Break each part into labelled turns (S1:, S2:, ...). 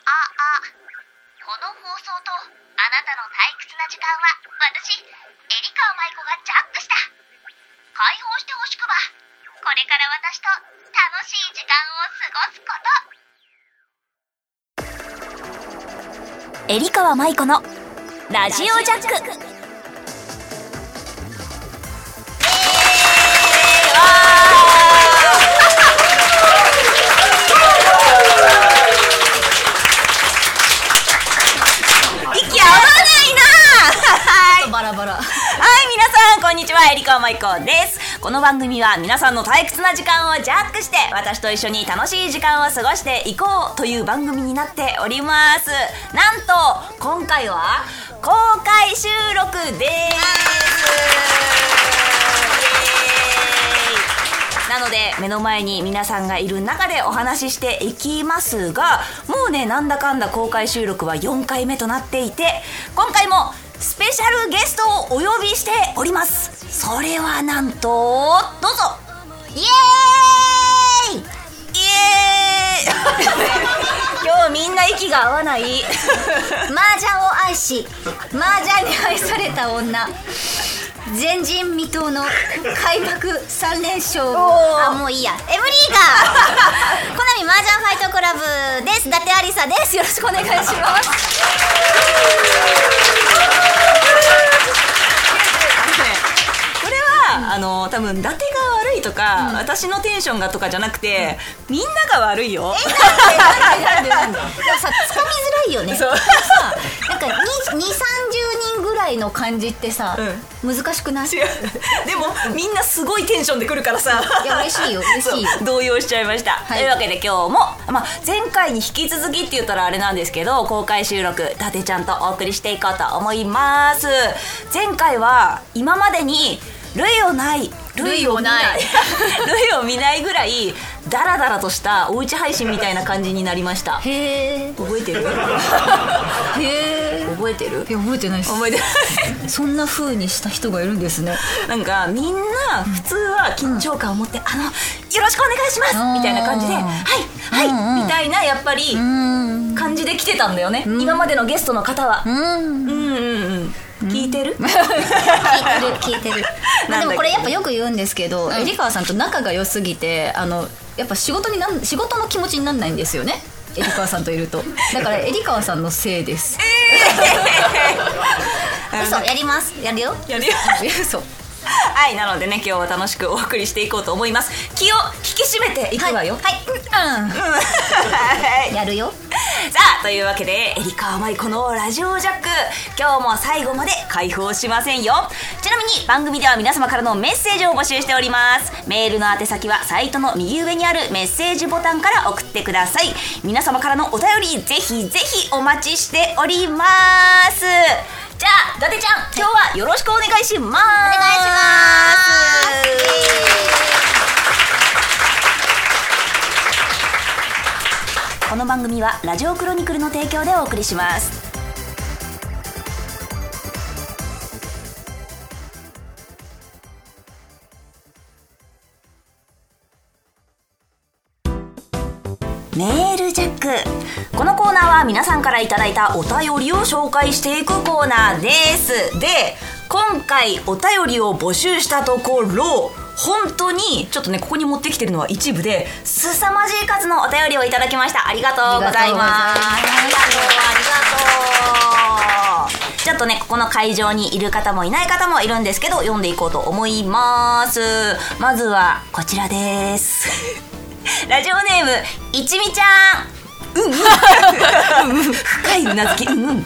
S1: 録この放送とあなたの退屈な時間は私エリカ川舞子がジャックした解放してほしくばこれから私と楽しい時間を過ごすこと
S2: エリカワマイコのラジオジャックわー息 合わないなはい
S3: バラバラ
S2: 皆さんこんにちはエリカワマイコですこの番組は皆さんの退屈な時間をジャックして私と一緒に楽しい時間を過ごしていこうという番組になっておりますなんと今回は公開収録ですイエーイなので目の前に皆さんがいる中でお話ししていきますがもうねなんだかんだ公開収録は4回目となっていて今回もスペシャルゲストをお呼びしておりますそれはなんとどうぞイエーイイエ ーイ今日みんな息が合わない
S3: 麻雀を愛し麻雀に愛された女前人未到の開幕3連勝
S2: おー
S3: あもういいやエブリー ガーコナミ麻雀ファイトクラブです伊達ありさですよろしくお願いし ます
S2: これは、あの多分伊達が悪いとか、私のテンションがとかじゃなくて、みんなが悪いよ。
S3: な んでなんでなんででもさつかみづらいよね
S2: そう
S3: さなんか2 2 3 0人ぐらいの感じってさ、難しくない
S2: 違うでもみんなすごいテンションで来るからさ。
S3: いや嬉しいよ嬉しいよ
S2: そう動揺しちゃいました、
S3: い
S2: というわけで今日も、まあ、前回に引き続きって言ったらあれなんですけど公開収録伊達ちゃんとお送りしていこうと思います前回は今までに類をない
S3: 類をない
S2: 類を見ないぐらいダラダラとしたおうち配信みたいな感じになりました
S3: へえ
S2: 覚えて る
S3: へえ
S2: 覚えてる
S3: いや覚えてないです
S2: 覚えてる
S3: そんな風にした人がいるんですね
S2: なんかみんな普通は緊張感を持って「あのよろしくお願いします」みたいな感じで「
S3: う
S2: は
S3: ん
S2: いはい」
S3: うんうん
S2: みたいなやっぱり
S3: うん
S2: 感じで来てたんだよね、今までのゲストの方は、
S3: うん
S2: うん、うんうん聞いてる
S3: 聞いてる聞いてるまあ
S2: なんだっけ
S3: でもこれやっぱよく言うんですけど、えりかわさんと仲が良すぎてあのやっぱ仕事になん仕事の気持ちになんないんですよねえりかわさんといると だからえりかわさんのせいです 嘘やりますやるよ
S2: やるよ
S3: 嘘
S2: はいなのでね今日は楽しくお送りしていこうと思います気を引き締めていくわよ、
S3: はい、うん、やるよ
S2: さあというわけでエリカ・マイコのラジオジャック今日も最後まで開放しませんよちなみに番組では皆様からのメッセージを募集しておりますメールの宛先はサイトの右上にあるメッセージボタンから送ってください皆様からのお便りぜひぜひお待ちしておりますじゃあ伊達ちゃん今日はよろしくお願いしますお願いしますこの番組はラジオクロニクルの提供でお送りしますメールジャックこのコーナーは皆さんからいただいたお便りを紹介していくコーナーですで今回お便りを募集したところ本当にちょっとねここに持ってきてるのは一部で凄まじい数のお便りをいただきましたありがとうございますあ
S3: あ
S2: り
S3: り
S2: が
S3: が
S2: と
S3: と
S2: う
S3: う
S2: ありがとうちょっとねここの会場にいる方もいない方もいるんですけど読んでいこうと思いますまずはこちらですラジオネームいちみちゃん深いうなずきうんうん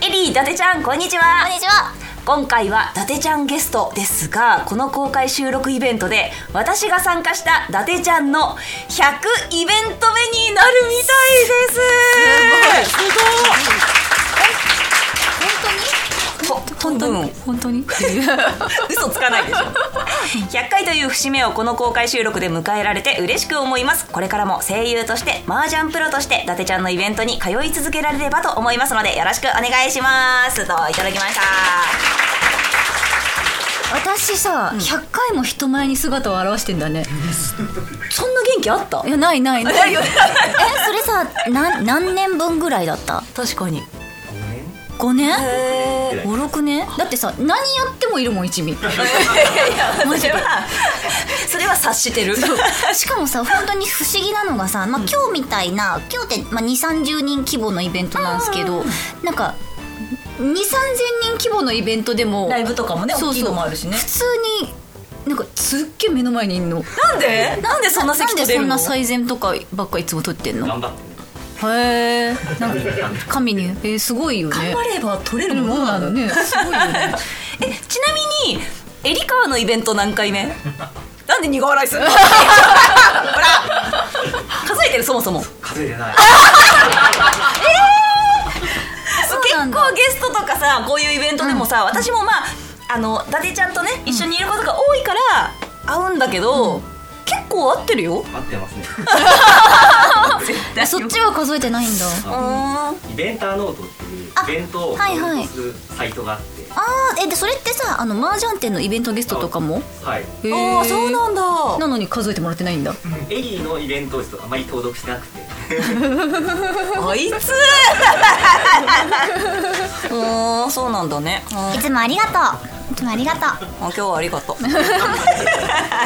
S2: エリー伊達ちゃんこんにちはこんにちは今回は伊達ちゃんゲストですがこの公開収録イベントで私が参加した伊達ちゃんの100イベント目になるみたいです本当に本当に
S3: 本当に
S2: 嘘つかないでしょ 100回という節目をこの公開収録で迎えられて嬉しく思いますこれからも声優として麻雀プロとして伊達ちゃんのイベントに通い続けられればと思いますのでよろしくお願いしますといただきました
S3: 私さ、100回も人前に姿を現してんだね
S2: そんな元気あった
S3: いやないないない
S2: ないよね
S3: えそれさなん何年分ぐらいだった
S2: 確かに
S3: 5年
S2: へえ
S3: 56年だってさ何やって もいるもん一味
S2: マジで それは察してる
S4: しかもさ本当に不思議なのがさ、まあ、今日みたいな今日って、まあ、2 3 0人規模のイベントなんですけどなんか
S3: 2 3 0 0 0人規模のイベントでも
S2: ライブとかもね
S3: そうそう
S2: 大きいのもあるしね
S3: 普通になんかすっげえ目の前にいんの
S2: なんでなんでそんな
S3: な
S2: 席
S3: んで
S2: 取れ
S3: そ
S2: る
S3: ん
S2: の
S3: な最善とかばっかいつも撮ってんの
S5: 頑張って
S3: へえなんか神にえーすごいよね
S2: 頑張れば取れ
S3: う
S2: る
S3: ん
S2: も
S3: そう
S2: のな
S3: な
S2: の
S3: のねすごい よね
S2: えちなみにエリカワのイベント何回 目なんで苦笑い するのほら数えてるそもそも
S5: 数えてない
S2: 結構ゲストとかさこういうイベントでもさ、私もまああの伊達ちゃんとね一緒にいることが多いから会うんだけど、結構合ってるよ
S5: 合ってます ね
S3: えそっちは数えてないんだ
S2: あ
S5: イベンターノートっていうイベントを
S4: あはいはい
S5: 登録するサイトがあって
S4: あーえでそれってさあのマージャン
S3: 店のイベントゲストとかも
S5: はい
S3: へえ
S2: あーそうなんだ
S3: なのに数えてもらってないんだ
S5: エリーのイベントですとあまり登録してなくて
S2: あい つうーんそうなんだねうん
S4: いつもありがとういつもありがとう
S2: あ今日はありがとう。は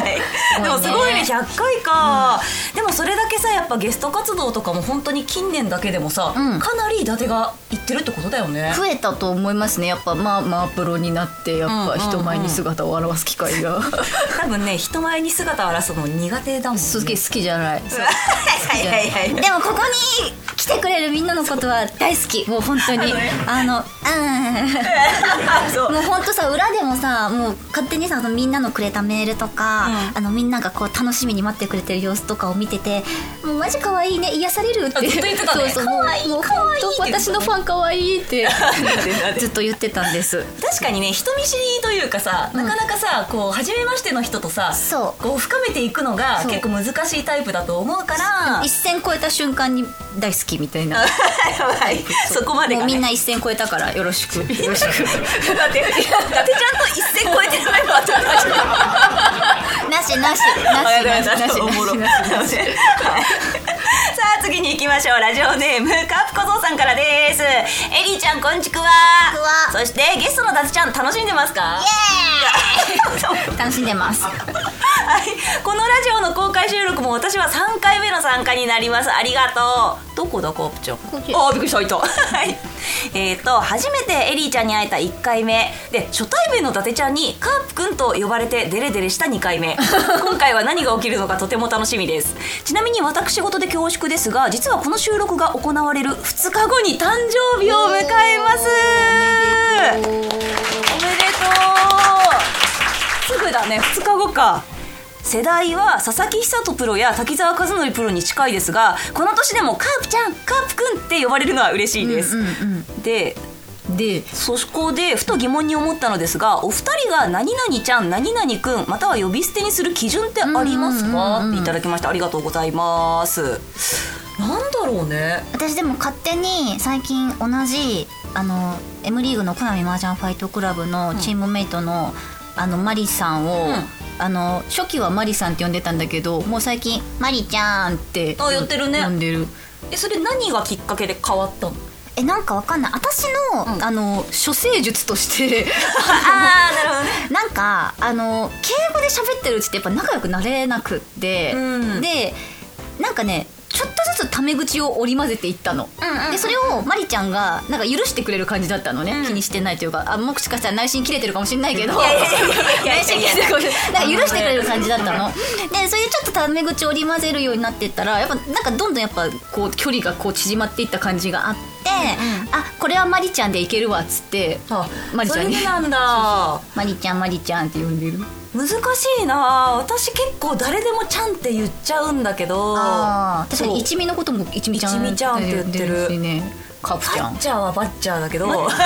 S2: いでもすごいね100回か、でもそれだけさやっぱゲスト活動とかも本当に近年だけでもさ、
S3: うん
S2: かなり伊達が行ってるってことだよね。
S3: 増えたと思いますねやっぱまあまあプロになってやっぱ人前に姿を現す機会 が
S2: 多分ね人前に姿を表すの苦手だもんね。
S3: すげえ好きじゃな
S2: はい
S3: い
S2: はいはいはい。
S4: でもここに来てくれるみんなのことは大好きもう本 当にあのうん
S2: そう
S4: もう本当さ裏でもさもう勝手にさあのみんなのくれたメールとか、あのみんながこう楽しみに待ってくれてる様子とかを見ててもうマジ可愛いね癒されるって
S2: あずっと言ってたね
S4: そうそうもう
S2: 可愛い
S4: もう
S2: 可愛い
S4: 本
S2: って
S4: 当
S2: 言ってた
S4: 私
S3: 私
S4: の
S3: の
S4: フ
S3: フ
S4: ァン
S3: ァン可愛いって ずっと言ってたんです
S2: 確かにね人見知りというかさ、なかなかさこう初めましての人とさ
S4: そう
S2: こう深めていくのが
S4: そう
S2: 結構難しいタイプだと思うから
S3: 一線超えた瞬間に大好きみたい な
S2: はいそこまで
S3: も
S2: が
S3: うみ
S2: ね
S3: んな一線超えたからよろしくよろ しく
S2: だって伊達ちゃんと一線超えてないわ
S4: なしなし
S2: あ
S4: な
S2: や
S4: し
S2: だやだ
S3: なし
S2: おもろ
S3: なしなし
S2: はいさあ次に行きましょうラジオネームカプコゾウさんからですエリーちゃんこんちくわ
S4: こんちく
S2: そしてゲストのダズちゃん楽しんでますか
S4: 楽しんでます
S2: はいこのラジオの公開収録も私は3回目の参加になりますありがとうどこだカープちゃん
S4: こっち
S2: あーびっくりしたいたはいえっ、と初めてエリーちゃんに会えた1回目で初対面の伊達ちゃんにカープくんと呼ばれてデレデレした2回 目今回は何が起きるのかとても楽しみですちなみに私事で恐縮ですが実はこの収録が行われる2日後に誕生日を迎えますおめでとうすぐだね2日後か世代は佐々木久人プロや滝沢和則プロに近いですがこの年でもカープちゃんカープくんって呼ばれるのは嬉しいです、で
S3: で
S2: そこでふと疑問に思ったのですがお二人が「何々ちゃん何々くん」または呼び捨てにする基準ってありますか、っていただきましたありがとうございますなんだろうね
S4: 私でも勝手に最近同じあの M リーグのコナミマージャンファイトクラブのチームメイトの、あのマリさんを、
S2: ん
S3: あの初期はマリさんって呼んでたんだけどもう最近マリちゃんって
S2: あ呼んでるね
S3: 呼んでる
S2: えそれ何がきっかけで変わったの
S4: えなんかわかんない私の、
S3: あの処世術として
S2: ああなるほどね
S4: なんかあの
S3: 敬語で喋ってるうちってやっぱ仲良くなれなくって、
S2: うん
S3: でなんかねちょっとずつタメ口を織り交ぜていったの、
S2: うんうん
S3: でそれをマリちゃんがなんか許してくれる感じだったのね、気にしてないというかあもしかしたら内心切れてるかもしれないけど
S2: いやいやいやいやいや
S3: 内心切れてるかもしれないなんか許してくれる感じだったのでそれでちょっとタメ口を織り交ぜるようになってったらやっぱなんかどんどんやっぱこう距離がこう縮まっていった感じがあって、あこれはマリちゃんでいけるわっつってマリち
S2: そ
S3: ゃ
S2: れ
S3: んに
S2: でなんだ
S3: マリちゃんマリちゃんって呼んでる
S2: 難しいな私結構誰でも「ちゃん」って言っちゃうんだけど
S3: あー確か
S2: そう
S3: に一味のことも一味ちゃん
S2: 一味ちゃんって言ってる
S3: しねカープちゃ
S2: バ
S3: ん
S2: ッチャーはバッチャーだけど
S3: 確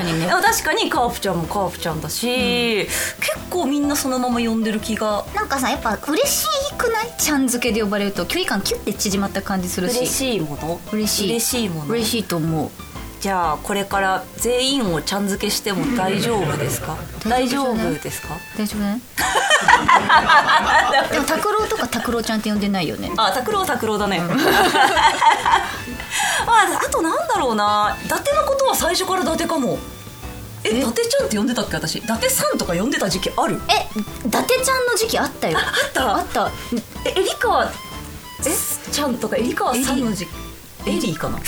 S3: にね
S2: でも確かにカープちゃんもカープちゃんだし、結構みんなそのまま呼んでる気が
S4: なんかさやっぱ嬉しくない
S3: ちゃん付けで呼ばれると距離感キュッて縮まった感じするし
S2: 嬉しいもの
S3: 嬉しい
S2: 嬉しいもの
S3: 嬉しいと思う
S2: じゃあこれから全員をちゃん付けしても大丈夫ですか大丈夫ですか
S3: 大丈夫ねでも拓郎とか拓郎ちゃんって呼んでないよね
S2: あ拓郎拓郎だね、まあ、あとなんだろうな伊達のことは最初から伊達かもえ伊達ちゃんって呼んでたっけ私伊達さんとか呼んでた時期ある
S3: え伊達ちゃんの時期あったよ
S2: あった
S3: あった
S2: ええりかわえちゃんとかえりかわさんの時期エリーかな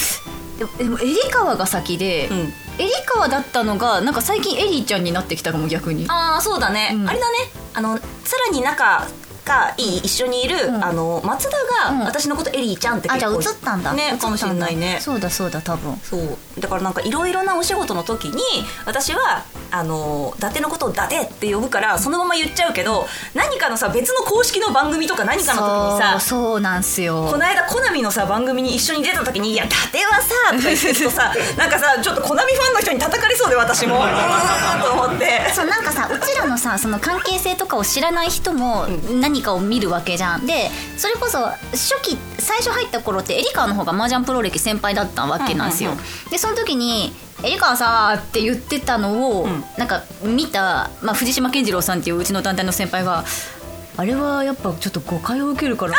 S3: でもでもエリカワが先で、
S2: うん
S3: エリカワだったのがなんか最近エリーちゃんになってきたかも逆に
S2: ああそうだね、
S3: うん
S2: あれだねあのさらに仲がいい一緒にいる、
S3: ん
S2: あの松田
S3: うん
S2: が私のことエリーちゃんって
S3: あ
S2: 結
S3: じゃあ
S2: 構
S3: 映ったんだ映
S2: ね
S3: ったんだ
S2: かもしれないね
S3: そうだそうだ多分
S2: そうだからなんかいろいろなお仕事の時に私はあの伊達のことを伊達って呼ぶからそのまま言っちゃうけど何かのさ別の公式の番組とか何かの時に
S3: そ
S2: さ
S3: うそうなんす
S2: こ
S3: よ
S2: の間コナミのさ番組に一緒に出た時に「いや伊達はさ」とか言ってると さなんかさちょっとコナミファンの人に叩かれそうで私もうーんと思って
S3: そうなんかさうちらのさその関係性とかを知らない人も何かを見るわけじゃんでそれこそ初期最初入った頃ってエリカの方が麻雀プロ歴先輩だったわけなんですよ、
S2: うんうん
S3: でその時に「エリカさ」って言ってたのを、
S2: ん
S3: なんか見た、まあ、藤島健次郎さんっていううちの団体の先輩が「あれはやっぱちょっと誤解を受けるから」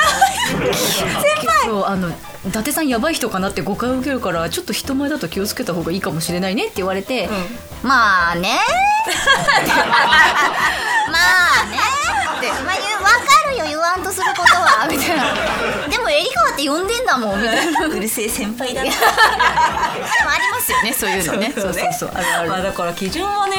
S3: 先輩そうあの伊達さんやばい人かなって誤解を受けるからちょっと人前だと気をつけた方がいいかもしれないねって言われて、まあねまあねって、まあ、言うわかるよ言わんとすることはみたいなでもエリカワって呼んでんだもんみたいなあ
S2: うるせえ先輩だな
S3: りますよねそういうのね
S2: そうね
S3: そうそうある
S2: まあ
S3: ある
S2: だから基準はね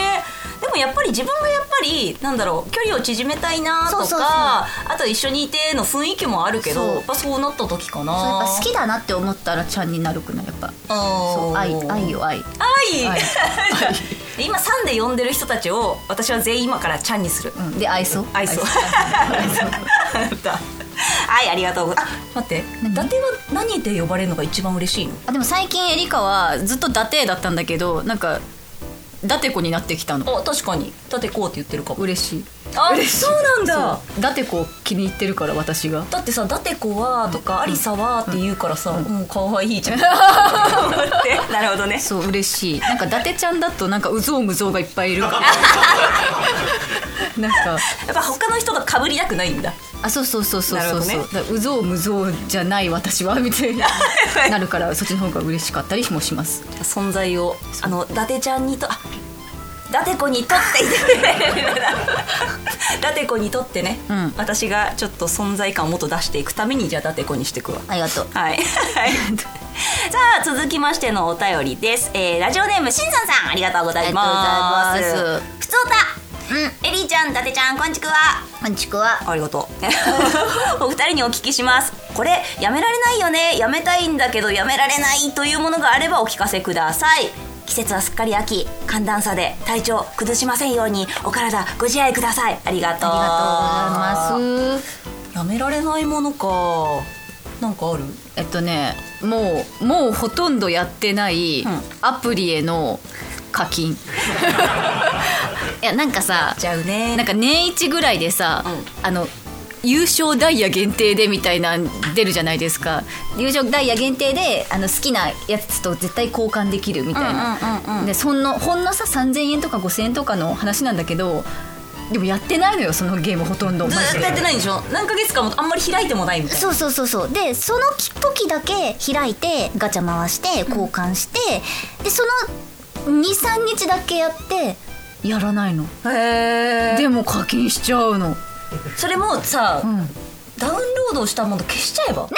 S2: でもやっぱり自分がやっぱりなんだろう距離を縮めたいなとか
S3: そうそうそう
S2: あと一緒にいての雰囲気もあるけ
S3: そ
S2: ど
S3: う
S2: やっぱそうなった時かな
S3: そうやっぱ好きだなって思ったらちゃんになるくないやっぱそ
S2: そうう
S3: 愛愛よ愛
S2: 愛
S3: 愛
S2: 今3で呼んでる人たちを私は全員今からちゃんにする、
S3: うんで愛想
S2: 愛想
S3: 愛想
S2: はいありがとうございますあ待って伊
S3: 何
S2: 達は何で呼ばれるのが一番嬉しいの
S3: あでも最近エリカはずっと伊達だったんだけどなんか伊達子になってきたの
S2: あ確かに伊達こうって言ってるかも
S3: 嬉しい
S2: あそうなんだ
S3: 伊達子を気に入ってるから私が
S2: だってさ「だてこは」とか「ありさは」って言うからさ、もうかわいいじゃんってなるほどね
S3: そう嬉しいなんか伊達ちゃんだとなんかうぞうむぞうがいっぱいいる なんか
S2: やっぱ他の人とかぶりたくないんだ
S3: あそうそうそうそうそう
S2: な
S3: そ
S2: る
S3: う、
S2: ほ
S3: だからうぞうむぞうじゃない私はみたいななるからそっちの方が嬉しかったりもします
S2: 存在をあの伊達ちゃんにとあ伊達子にとって言って伊達子にとってね、
S3: うん
S2: 私がちょっと存在感をもっと出していくためにじゃあ伊達子にしてくわ
S3: ありがとう
S2: はい。さあ続きましてのお便りです。えー、ラジオネームしんさんさんありがとうございます。
S3: ありがとうございます
S2: ふつおた。うん。エリーちゃん、伊達ちゃん、こんちくわ。
S3: こんちくわ
S2: ありがとう。お 二人にお聞きします。これやめられないよね。やめたいんだけどやめられないというものがあればお聞かせください。季節はすっかり秋、寒暖差で体調崩しませんようにお体ご自愛ください。ありがとう。
S3: ありがとうございます
S2: す。やめられないものか。なんかある？
S3: えっとねもうもうほとんどやってない
S2: ん
S3: アプリへの 課金いやなんかさ
S2: ちゃうね。
S3: なんか年一ぐらいでさ、
S2: うん
S3: あの優勝ダイヤ限定でみたいなの出るじゃないですか優勝ダイヤ限定であの好きなやつと絶対交換できるみたいな、でそんのほんのさ3,000円とか5,000円とかの話なんだけどでもやってないのよそのゲームほとんどマ
S2: ずーっ
S3: ジで
S2: とやってないんでしょ何ヶ月間もあんまり開いてもないみたいな
S4: そうそうそうそうでその時だけ開いてガチャ回して交換して、でその23日だけやって
S3: やらないのでも課金しちゃうの
S2: それもさ、ダウンロードしたもの消しちゃえばなんで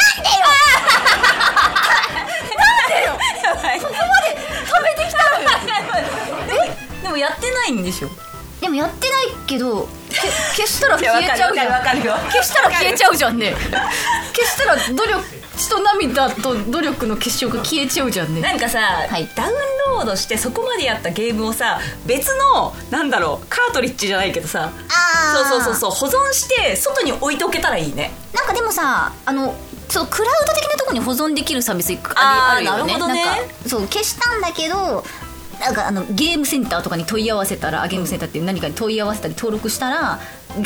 S2: よなんでよここまで食べてきたのよでもやってないんでしょ
S3: でもやってないけど け消したら消えちゃうじゃん
S2: かるよ
S3: 消したら消えちゃうじゃん ね消したら努力血と涙と努力の結晶が消えちゃうじゃんね
S2: なんかさ、
S3: い
S2: ダウンロードしてそこまでやったゲームをさ別のなんだろうカートリッジじゃないけどさそうそうそうそう保存して外に置いておけたらいいね
S3: なんかでもさあのちょっとクラウド的なところに保存できるサービス
S2: あ
S3: あ
S2: り
S3: るあるよね
S2: なるほどね
S3: なんかそう消したんだけどなんかあのゲームセンターとかに問い合わせたらあゲームセンターって何かに問い合わせたり登録したら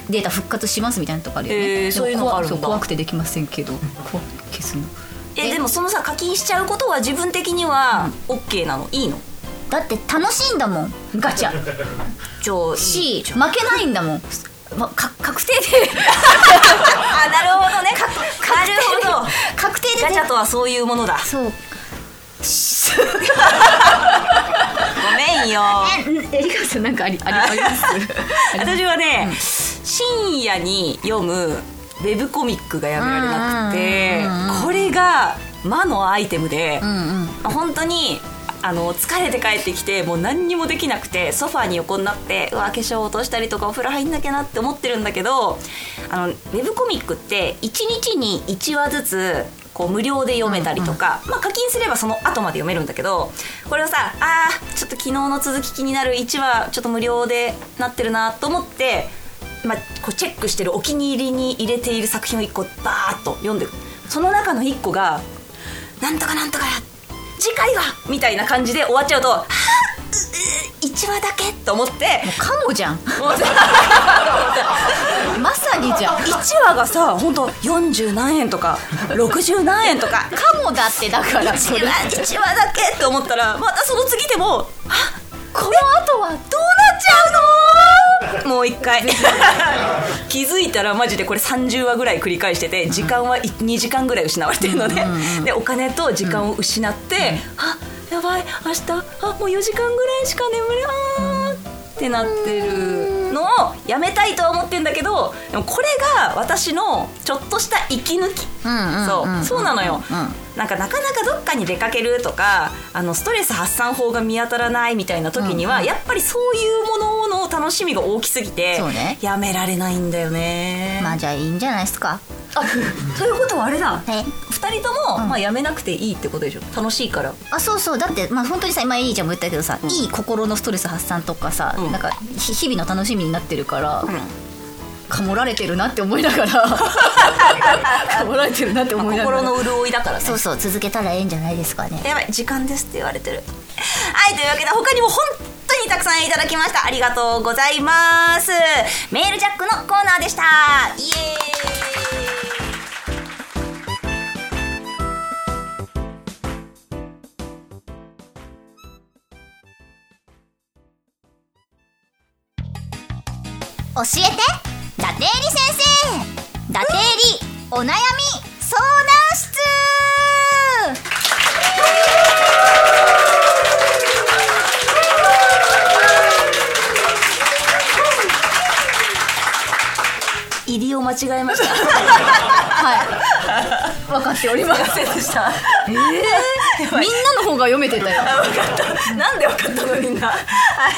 S3: データ復活しますみたいなとかあるよね、
S2: へー
S3: でも
S2: そういうのがあるんだ
S3: 怖そう怖くてできませんけど怖く消すの
S2: えでもそのさ課金しちゃうことは自分的には OK なのいいの
S4: だって楽しいんだもん
S3: ガチャ
S2: じゃあいい
S3: し
S2: じゃ
S3: 負
S2: ん
S3: けないんだもんまか確定で
S2: あなるほどねなるほど
S4: 確定で
S2: ガチャとはそういうものだ
S4: そう
S2: ごめ んよ
S3: えりかさんなんかありありあります
S2: 私はね、深夜に読むウェブコミックがやめられなくて、これが魔のアイテムで、本当にあの疲れて帰ってきてもう何にもできなくてソファーに横になってうわ化粧落としたりとかお風呂入んなきゃなって思ってるんだけどあのウェブコミックって1日に1話ずつこう無料で読めたりとか、まあ、課金すればその後まで読めるんだけどこれをさあーちょっと昨日の続き気になる1話ちょっと無料でなってるなと思って、まあ、こうチェックしてるお気に入りに入れている作品を1個バーッと読んでるその中の1個が「なんとかなんとかや次回は!」みたいな感じで終わっちゃうと「はあ1話だけ!」と思って
S3: カモじゃん
S2: もうさ
S3: まさにじゃん
S2: 1話がさ本当40何円とか60何円とか
S3: カモだってだから それ
S2: うわ一話だけと思ったらまたその次でもあこの後はどうなっちゃうのもう一 回気づいたらマジでこれ30話ぐらい繰り返してて時間は2時間ぐらい失われてるのででお金と時間を失って、あやばい明日あもう4時間ぐらいしか眠れあーってなってるのをやめたいとは思ってんだけどでもこれが私のちょっとした息抜き、そうそうなのよ、なんかなかなかどっかに出かけるとかあのストレス発散法が見当たらないみたいな時には、やっぱりそういうものの楽しみが大きすぎて、
S3: そうね
S2: やめられないんだよね、
S4: まあじゃあいいんじゃないですか
S2: ということはあれだ
S4: え
S2: 2人とも、まあ、やめなくていいってことでしょ楽しいから
S4: あそうそうだってまあ本当にさ今いいじゃんも言ったけどさ、いい心のストレス発散とかさ、
S2: ん
S4: なんかひ日々の楽しみになってるから、
S3: カモられてるなって思いなが らカモられてるなって
S2: まあ
S3: 思いながら
S2: 心の潤いだからね
S4: そうそう続けたらええんじゃないですかね
S2: やばい時間ですって言われてるはいというわけで他にも本当にたくさんいただきましたありがとうございますメールジャックのコーナーでしたイエ
S4: 教えて伊達入先生伊達入お悩み相談室
S2: ーイ入りを間違え ました
S3: はい分かっておりませんでしたええみんなの方が読めてたよ
S2: 分かったなんで分かったのみんなは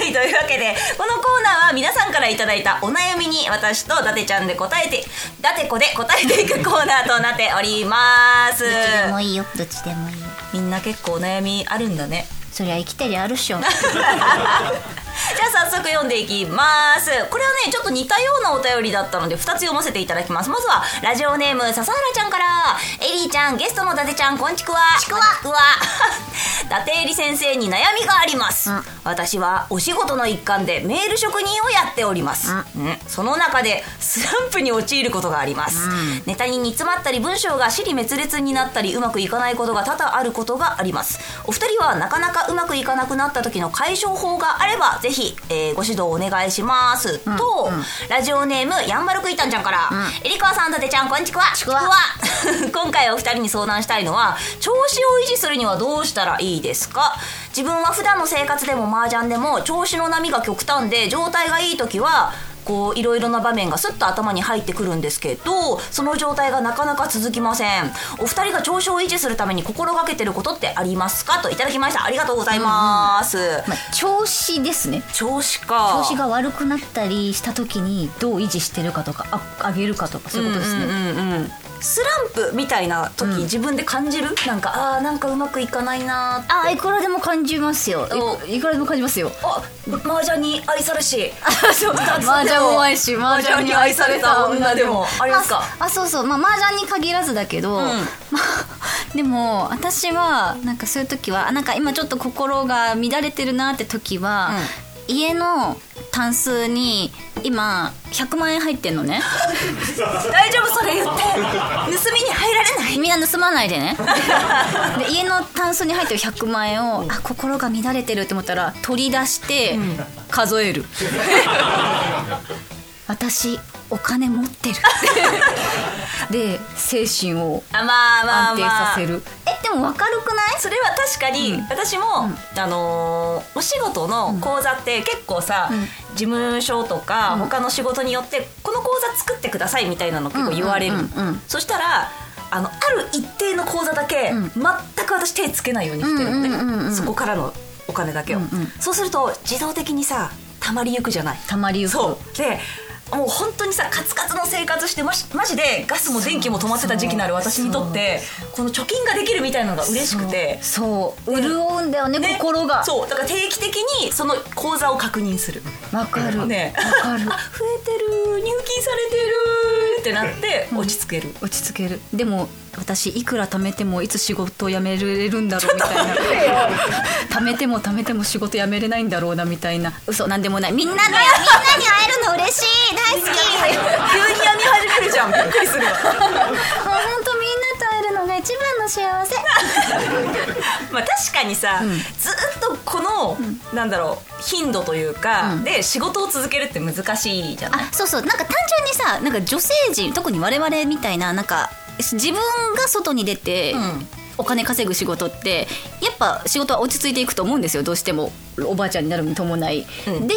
S2: いというわけでこのコーナーは皆さんからいただいたお悩みに私と伊達ちゃんで答えて伊達子で答えていくコーナーとなっております
S4: どっちでもいいよどっちでもいいよ
S2: みんな結構お悩みあるんだね
S4: そりゃ生きてりゃあるっしょ
S2: じゃあ早速読んでいきますこれはねちょっと似たようなお便りだったので2つ読ませていただきますまずはラジオネーム笹原ちゃんからエリーちゃんゲストの伊達ちゃんこんちくわちくわちくわ 伊達エリ先生に悩みがあります、私はお仕事の一環でメール職人をやっております、うんその中でスランプに陥ることがあります、ネタに煮詰まったり文章が支離滅裂になったりうまくいかないことが多々あることがありますお二人はなかなかうまくいかなくなった時の解消法があればぜひ、えーご指導お願いします、と、ラジオネームやんばるくいたんちゃんから、えりかわさんだてちゃんこんちくわちくわ 今回お二人に相談したいのは調子を維持するにはどうしたらいいですか自分は普段の生活でも麻雀でも調子の波が極端で状態がいい時はこういろいろな場面がスッと頭に入ってくるんですけどその状態がなかなか続きませんお二人が調子を維持するために心がけてることってありますかといただきましたありがとうございます、
S3: まあ調子ですね
S2: 調子か
S3: 調子が悪くなったりした時にどう維持してるかとかあ上げるかとかそういうことですね、
S2: スランプみたいな時、自分で感じるなんかあーなんかうまくいかないなーって
S3: あいくらでも感じますよ
S2: お
S3: いいくらでも感じますよ
S2: あ麻雀に愛され し
S3: そう麻雀も愛し麻雀に愛された女でも
S2: ありますか
S3: あそうそうまあ麻雀に限らずだけど、
S2: ん
S3: まあ でも私はなんかそういう時はあなんか今ちょっと心が乱れてるなって時は、家のタンスに今100万円入ってんのね
S2: 大丈夫それ言 って盗みに入られない
S3: みんな盗まないでねで家のタンスに入ってる100万円をあ心が乱れてるって思ったら取り出して数える、私お金持ってるで精神を
S2: あまあまあ
S3: 安定
S2: まあ
S3: させる、えでも分かるくない
S2: それは確かに、私も、あのーお仕事の講座って結構さ、事務所とか他の仕事によってこの講座作ってくださいみたいなの結構言われる、
S3: うんうんうんうん
S2: そしたらあのある一定の講座だけ、全く私手つけないようにしてるので、
S3: うんうんうんうん
S2: そこからのお金だけを、
S3: うんうん
S2: そうすると自動的にさたまりゆくじゃない
S3: たまりゆく
S2: そうでもう本当にさカツカツの生活してましマジでガスも電気も止まってた時期のある私にとってこの貯金ができるみたいなのが嬉しくて
S3: そう潤うんだよね
S2: ね
S3: 心が
S2: そうだから定期的にその口座を確認する
S3: わかるわ
S2: ね
S3: か る
S2: あ増えてる入金されてるってなって落ち着ける、
S3: 落ち着けるでも私いくら貯めてもいつ仕事を辞めれるんだろうみたいな貯めても貯めても仕事辞めれないんだろうなみたいな嘘なんでもないみんなだよ
S4: に会えるの嬉しい大好き
S2: 急にやみ始めるじゃんびっくりするわ
S4: もうほんとみんなと会えるのが一番の幸せ
S2: まあ確かにさ、ずっとこの、なんだろう頻度というか、
S3: ん
S2: で仕事を続けるって難しいじゃない
S3: あ そうそうなんか単純にさなんか女性陣特に我々みたいななんか自分が外に出て、
S2: ん
S3: お金稼ぐ仕事ってやっぱ仕事は落ち着いていくと思うんですよどうしてもおばあちゃんになるに伴い、
S2: うん
S3: で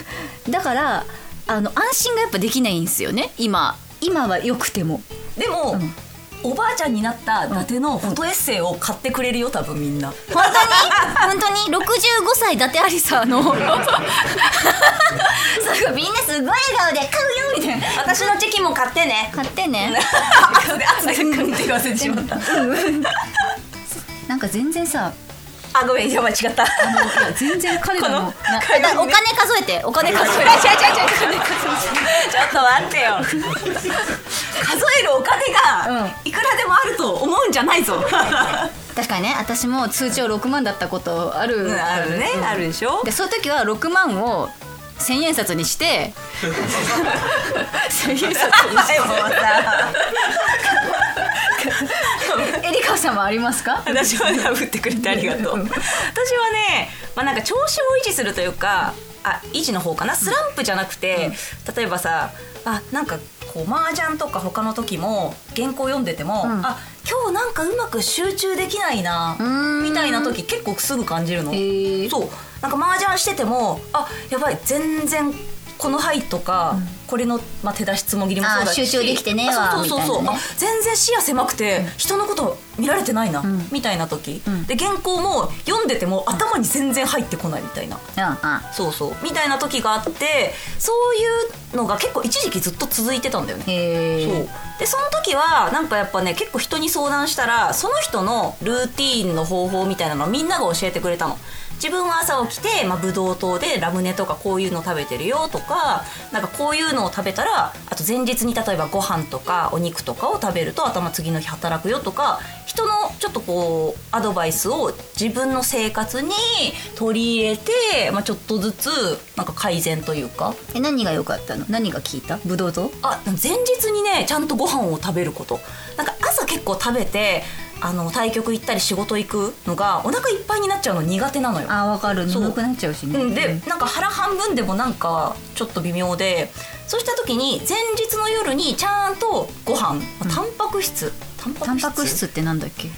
S3: だからあの安心がやっぱできないんですよね今今は良く ても
S2: でも、おばあちゃんになった伊達のフォトエッセイを買ってくれるよ多分みんな
S3: 本当に本当に65歳伊達あり さのそうみんなすごい笑顔で買うよみたいな
S2: 私のチェキも買ってね
S3: 買ってね
S2: あそうだあそうだ買って言わせてしまった
S3: なんか全然さ
S2: あごめんやばい違った
S3: いや全然彼ら
S2: こ
S3: の
S2: の
S3: な
S2: 彼らの
S3: お金数えてお 金数えて違う違う違う
S2: ちょっと待ってよ数えるお金
S3: う
S2: が
S3: ん
S2: いくらでもあると思うんじゃないぞ、
S3: 確かにね私も通帳6万だったことあ る、
S2: うんあるね、
S3: うん
S2: あるでし ょ
S3: でそういう時は6万を千円札にして千円札にして
S2: もうさ
S3: えりかさんはありますか
S2: 私は殴ってくれてありがとう私はね、まあ、なんか調子を維持するというかあ維持の方かなスランプじゃなくて、例えばさあなんかこう麻雀とか他の時も原稿読んでても、あ今日なんかうまく集中できないな
S3: ーん
S2: みたいな時結構すぐ感じるの
S3: へー
S2: そうなんか麻雀しててもあやばい全然この牌とか、これの、まあ、手出しつもぎりもそうだし
S3: あー集中できてねえわ
S2: あそうそうそうそう
S3: みたいなね
S2: あ全然視野狭くて人のこと見られてないな、みたいな時、で原稿も読んでても頭に全然入ってこないみたいな、
S3: うんうん
S2: そうそうみたいな時があってそういうのが結構一時期ずっと続いてたんだよね
S3: へ
S2: そうでその時はなんかやっぱね結構人に相談したらその人のルーティーンの方法みたいなのをみんなが教えてくれたの自分は朝起きて、まあ、ブドウ糖でラムネとかこういうの食べてるよとかなんかこういうのを食べたらあと前日に例えばご飯とかお肉とかを食べると頭次の日働くよとか人のちょっとこうアドバイスを自分の生活に取り入れて、まあ、ちょっとずつなんか改善というか
S3: え何が良かったの何が効いたブドウ糖
S2: あ前日にねちゃんとご飯を食べることなんか朝結構食べてあの対局行ったり仕事行くのがお腹いっぱいになっちゃうの苦手なのよ
S3: あわかる
S2: そう
S3: 眠くなっちゃうしね
S2: うんでなんか腹半分でもなんかちょっと微妙でそうした時に前日の夜にちゃんとご飯、タンパク質タ
S3: タ
S2: ン
S3: ン
S2: パ
S3: パ
S2: ク
S3: ク
S2: 質
S3: 質ってなんだっけ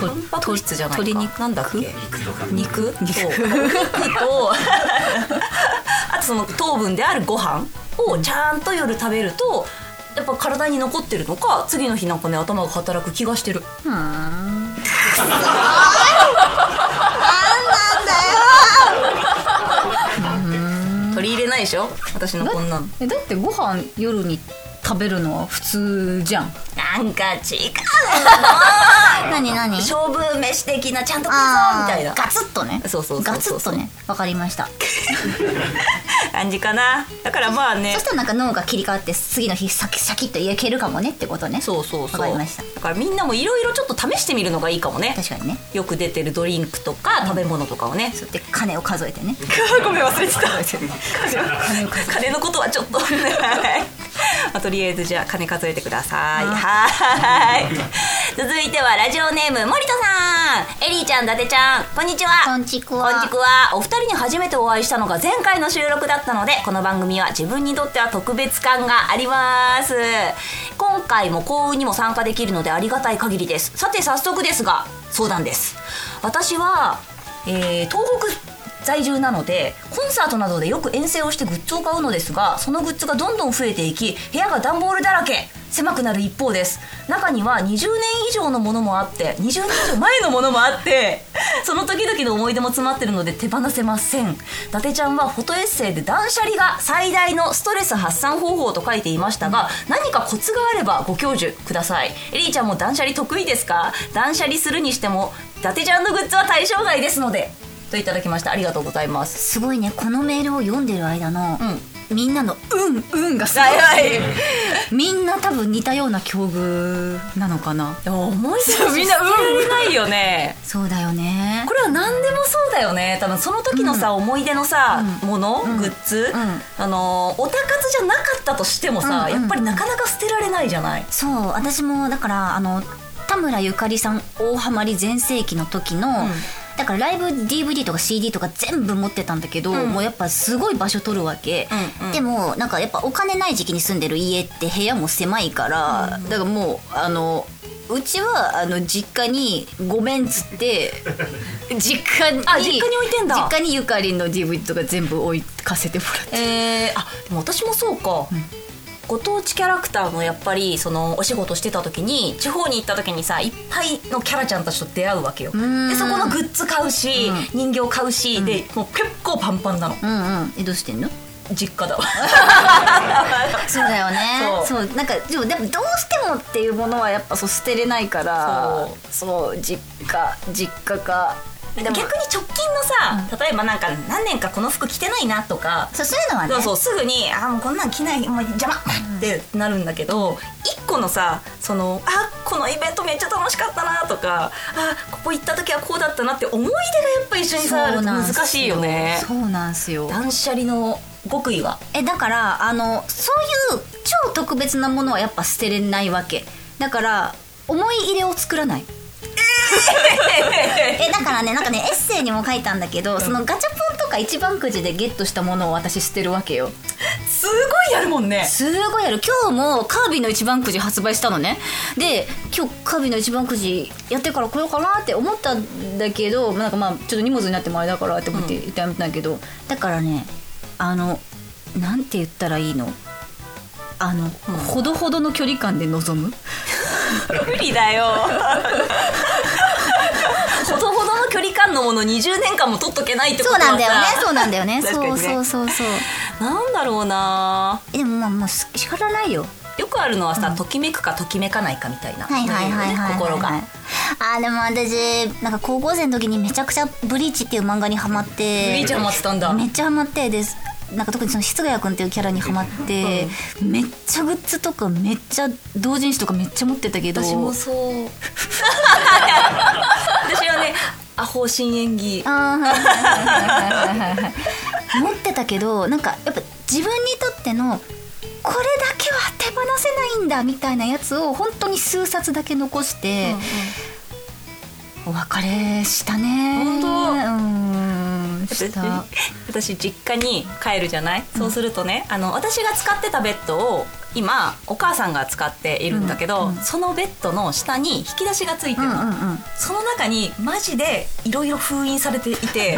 S2: タンパク質じゃないか
S3: 鶏肉
S2: なんだっけ
S5: 肉とか
S2: 肉そうお肉と あとその糖分であるご飯をちゃんと夜食べるとやっぱ体に残ってるのか次の日なんかね頭が働く気がしてる
S3: ふーん
S2: 取り入れないでしょ私のこんなの
S3: えだってご飯夜に食べるのは普通じゃん
S2: あなんか違う
S4: 何何
S2: 勝負飯的なちゃんとこうぞみたいな
S4: ガツッとね
S2: そうそうそうそう
S4: ガツッとねわかりました
S2: 感じかなだからまあね
S4: そしたらなんか脳が切り替わって次の日シャキシャキッと焼けるかもねってことね
S2: そうそうそう
S4: わかりました
S2: だからみんなもいろいろちょっと試してみるのがいいかもね
S4: 確かにね
S2: よく出てるドリンクとか食べ物とかをね、
S4: で金を数えてね
S2: ごめん忘れてた 金のことはちょっと はいまあとりあえずじゃあ金数えてくださいはーい 続いてはラジオネーム森田さんエリーちゃん伊達ちゃんこんにちは
S4: こんちく
S2: こ
S4: わ
S2: んにちは。お二人に初めてお会いしたのが前回の収録だったので、この番組は自分にとっては特別感があります。今回も幸運にも参加できるのでありがたい限りです。さて早速ですが、相談です。私は、えー東北在住なのでコンサートなどでよく遠征をしてグッズを買うのですがそのグッズがどんどん増えていき部屋が段ボールだらけ狭くなる一方です中には20年以上のものもあって20年以上前のものもあってその時々の思い出も詰まってるので手放せません伊達ちゃんはフォトエッセイで断捨離が最大のストレス発散方法と書いていましたが何かコツがあればご教授くださいエリーちゃんも断捨離得意ですか断捨離するにしても伊達ちゃんのグッズは対象外ですのでといただきましたありがとうございます
S4: すごいねこのメールを読んでる間の、みんなの
S3: うんうんがす
S2: はいはい
S4: みんな多分似たような境遇なのかな
S2: でも思い出してみんなうんないよね
S4: そうだよね
S2: これは何でもそうだよね多分その時のさ、思い出のさ、もの、グッズ、
S4: ん
S2: あのーおたかつじゃなかったとしてもさ、
S4: うん
S2: やっぱりなかなか捨てられないじゃない、
S4: そう私もだからあの田村ゆかりさん大ハマり全盛期の時の、だからライブ DVD とか CD とか全部持ってたんだけど、もうやっぱすごい場所取るわけ、
S2: うんうん
S4: でもなんかやっぱお金ない時期に住んでる家って部屋も狭いから、
S3: だからもうあのうちはあの実家にごめんっつって実家に
S2: あ実家に置いてんだ
S3: 実家にゆかりんの DVD とか全部置いかせてもらって
S2: えー、あでも私もそうか、ご当地キャラクターのやっぱりそのお仕事してた時に地方に行った時にさいっぱいのキャラちゃんたちと出会うわけよでそこのグッズ買うし、人形買うし、でもう結構パンパンなの
S4: うんうんえどうしてんの
S2: 実家だわ
S4: そうだよね
S2: そ
S4: そうなんかでもでもどうしてもっ
S3: ってていうものはやっぱそう捨てれないからそう実家実家か
S2: 逆に直近のさ、例えばなんか何年かこの服着てないなとか
S4: そうそういうのはね
S2: そうそうすぐに「あーもうこんなん着ないもう邪魔!」ってなるんだけど一個のさその「あこのイベントめっちゃ楽しかったな」とか「あここ行った時はこうだったな」って思い出がやっぱ一緒にさある
S4: そう
S2: と
S4: なんす
S2: 難
S4: よ
S2: しいよね。
S4: そうなんすよ
S2: 断捨離の極意は
S4: えだからあのそういう超特別なものはやっぱ捨てれないわけだから思い入れを作らないえだからねなんかねエッセイにも書いたんだけど、そのガチャポンとか一番くじでゲットしたものを私捨てるわけよ
S2: すごいやるもんね
S4: すごいやる今日もカービィの一番くじ発売したのねで今日カービィの一番くじやってから来ようかなって思ったんだけどなんかまあちょっと荷物になってもあれだからって思って一旦やめたんだけど、だからねあのなんて言ったらいいのあの、ほどほどの距離感で臨む
S2: 無理だ よほどほどの距離感のもの20年間も取っとけないってこと
S4: そう
S2: はさ
S4: なんだよねそうなんだよ ね
S2: 確か
S4: そ
S2: に
S4: う
S2: ね
S4: そうそうそう
S2: なんだろうな
S4: えでもまあまあし仕方ないよ
S2: よくあるのはさ、ときめくかときめかないかみたいな、
S4: はいはいはいはいはい、はい、
S2: 心が
S4: あーでも私なんか高校生の時にめちゃくちゃ「ブリーチ」っていう漫画にハマって
S2: リーちゃんもってたんだ
S4: めっちゃハマってですなんか特にその室ヶ谷君っていうキャラにハマって、めっちゃグッズとかめっちゃ同人誌とかめっちゃ持ってたけど
S2: そう私はねアホ新演技
S4: あーはいはいはいはいはいはい持ってたけどなんかやっぱ自分にとってのこれだけは手放せないんだみたいなやつを本当に数冊だけ残して、お別れしたね
S2: 本当
S4: うん
S2: 私
S4: した
S2: 私実家に帰るじゃない、そうするとねあの私が使ってたベッドを今お母さんが使っているんだけど、そのベッドの下に引き出しがついてるの、
S4: うんうん
S2: その中にマジでいろいろ封印されていて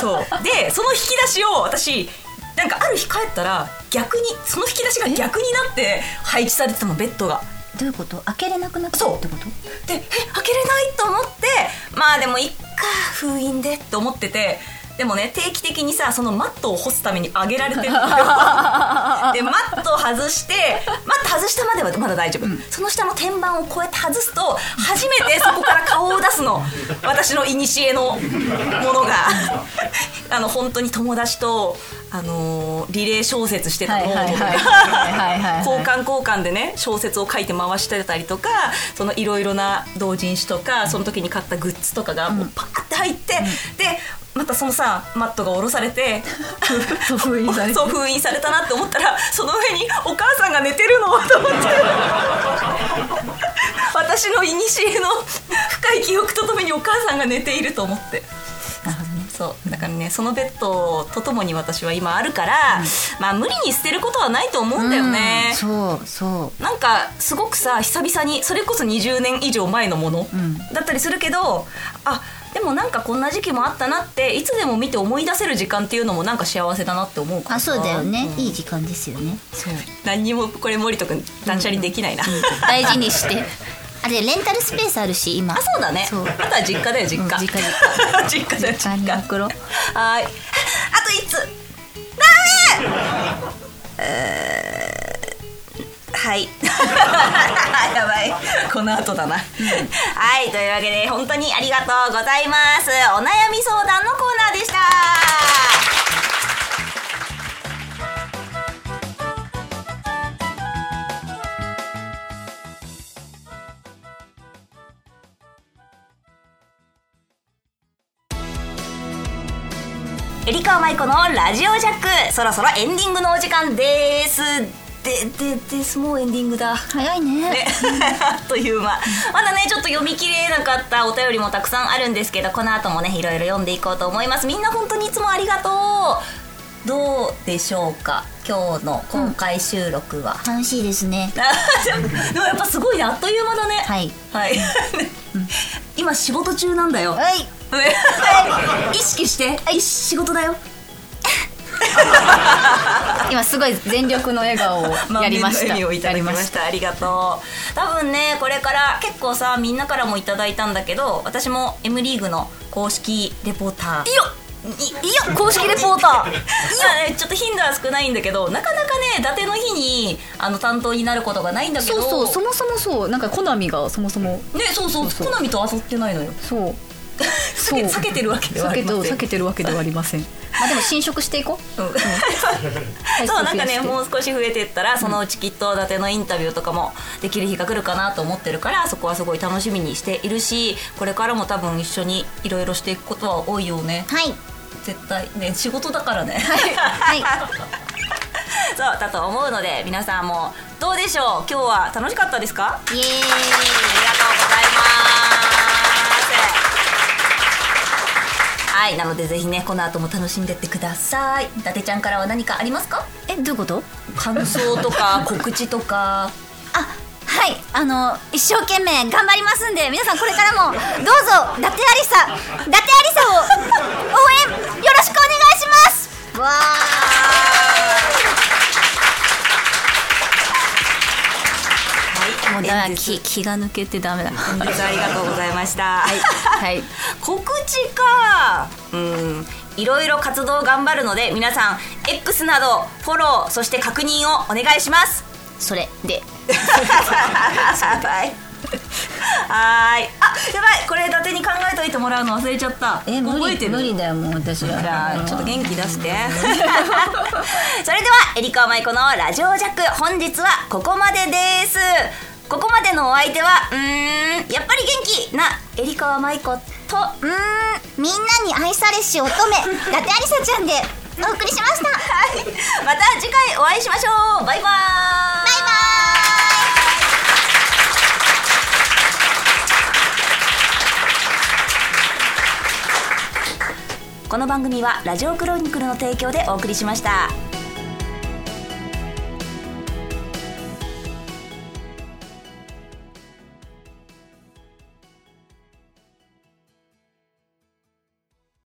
S2: そうでその引き出しを私なんかある日帰ったら逆にその引き出しが逆になって配置されてたのベッドが。
S4: どういうこと開けれなくなったってこと
S2: でえ開けれないと思ってまあでもいっか封印でと思っててでもね定期的にさそのマットを干すために上げられてる んだよでマットを外してマット外したまではまだ大丈夫、その下の天板をこうやって外すと初めてそこから顔を出すの私の古のものが あの本当に友達と、あのーリレー小説してた
S4: はい
S2: の
S4: はいはいはいはいはい
S2: 交換交換でね小説を書いて回してたりとかそのいろいろな同人誌とかその時に買ったグッズとかがもうパーって入って、でまたそのさマットが下ろされて
S4: そう封印されて
S2: そう封印されたなって思ったらその上にお母さんが寝てるのと 思って私の古の深い記憶とともにお母さんが寝ていると思って。そうだからねそのベッドとともに私は今あるから、まあ無理に捨てることはないと思うんだよね、
S4: うんそうそう
S2: なんかすごくさ久々にそれこそ20年以上前のもの、だったりするけどあでもなんかこんな時期もあったなっていつでも見て思い出せる時間っていうのもなんか幸せだなって思うから
S4: あそうだよねいい時間ですよね
S2: そう何にもこれ森人君断捨離できないな、あ
S4: 大事にしてあれレンタルスペースあるし今
S2: そうだね
S4: そう
S2: あとは実家だよ実家、
S4: うん実家
S2: 実家だよ実
S4: 実家に
S2: 家
S4: 送ろう
S2: はーいあといつダメえーはい やばいこの後だな、はいというわけで本当にありがとうございますお悩み相談のコーナーでしたエリカ・マイコのラジオジャックそろそろエンディングのお時間ですででですもうエンディングだ
S4: 早いね
S2: ね、 あっという間まだねちょっと読み切れなかったお便りもたくさんあるんですけどこの後もねいろいろ読んでいこうと思いますみんな本当にいつもありがとうどうでしょうか今日の公開収録は、
S4: 楽しいですね
S2: でもやっぱすごいねあっという間だね、
S4: はいい
S2: はい、今仕事中なんだ よ
S4: はい
S2: 意識して、い、仕事だよ
S4: 今すごい全力の笑顔をやりま
S2: 満面の
S4: した
S2: 笑みをいただきましたありがとう多分ねこれから結構さみんなからもいただいたんだけど私も M リーグの公式レポーターいよいいや公式レポータ ーいやねちょっと頻度は少ないんだけどなかなかね伊達の日にあの担当になることがないんだけ
S4: そ
S2: ど
S4: うそうそもそもそうなんかコナミがそもそも
S2: ねそうそう
S4: そうそう
S2: 好みと遊ってないのよ
S4: そう
S2: 避け避けてるわけではあ
S4: 避
S2: り
S4: け
S2: ま
S4: て
S2: せん
S4: 避けてるわけではありませんまあでも侵食していこう、
S2: うん
S4: 体
S2: そう
S4: 数
S2: なんかね
S4: 増やして
S2: もう少し増えてったらそのうちきっと伊達のインタビューとかもできる日が来るかなと思ってるからそこはすごい楽しみにしているしこれからも多分一緒にいろいろしていくことは多いよね
S4: はい
S2: 絶対ね仕事だからね
S4: はい
S2: そうだと思うので皆さんもどうでしょう今日は楽しかったですか
S4: イエーイ
S2: ありがとうございます。はい、なのでぜひね、この後も楽しんでってください。伊達ちゃんからは何かありますか
S4: えどういうこと
S2: 感想とか 告知とか。
S4: あはいあの一生懸命頑張りますんで皆さんこれからもどうぞ伊達ありさ伊達ありさを応援よろしくお願いしますわ
S2: はい、もう
S4: ー
S2: ダメ
S4: 気気が抜けてダメだ は
S2: ありがとうございました。
S4: いはい
S2: 告知かうんいろいろ活動頑張るので皆さん X などフォローそして確認をお願いし ます
S4: それで
S2: やばい。はーい。あ、やばい。これ伊達に考えといてもらうの忘れちゃった。覚えてる。
S4: だよもう私は
S2: じゃあちょっと元気出して。それ ではエリカマイコのラジオジャック本日はここまでです。ここまでのお相手はうーんやっぱり元気なエリカマイコと は
S4: うーんみんなに愛されし乙 女伊達ありさちゃんでお送りしました
S2: い。また次回お会いしましょう。バイバーイ。バイバイ。この番組はラジオクロニクルの提供でお送りしました。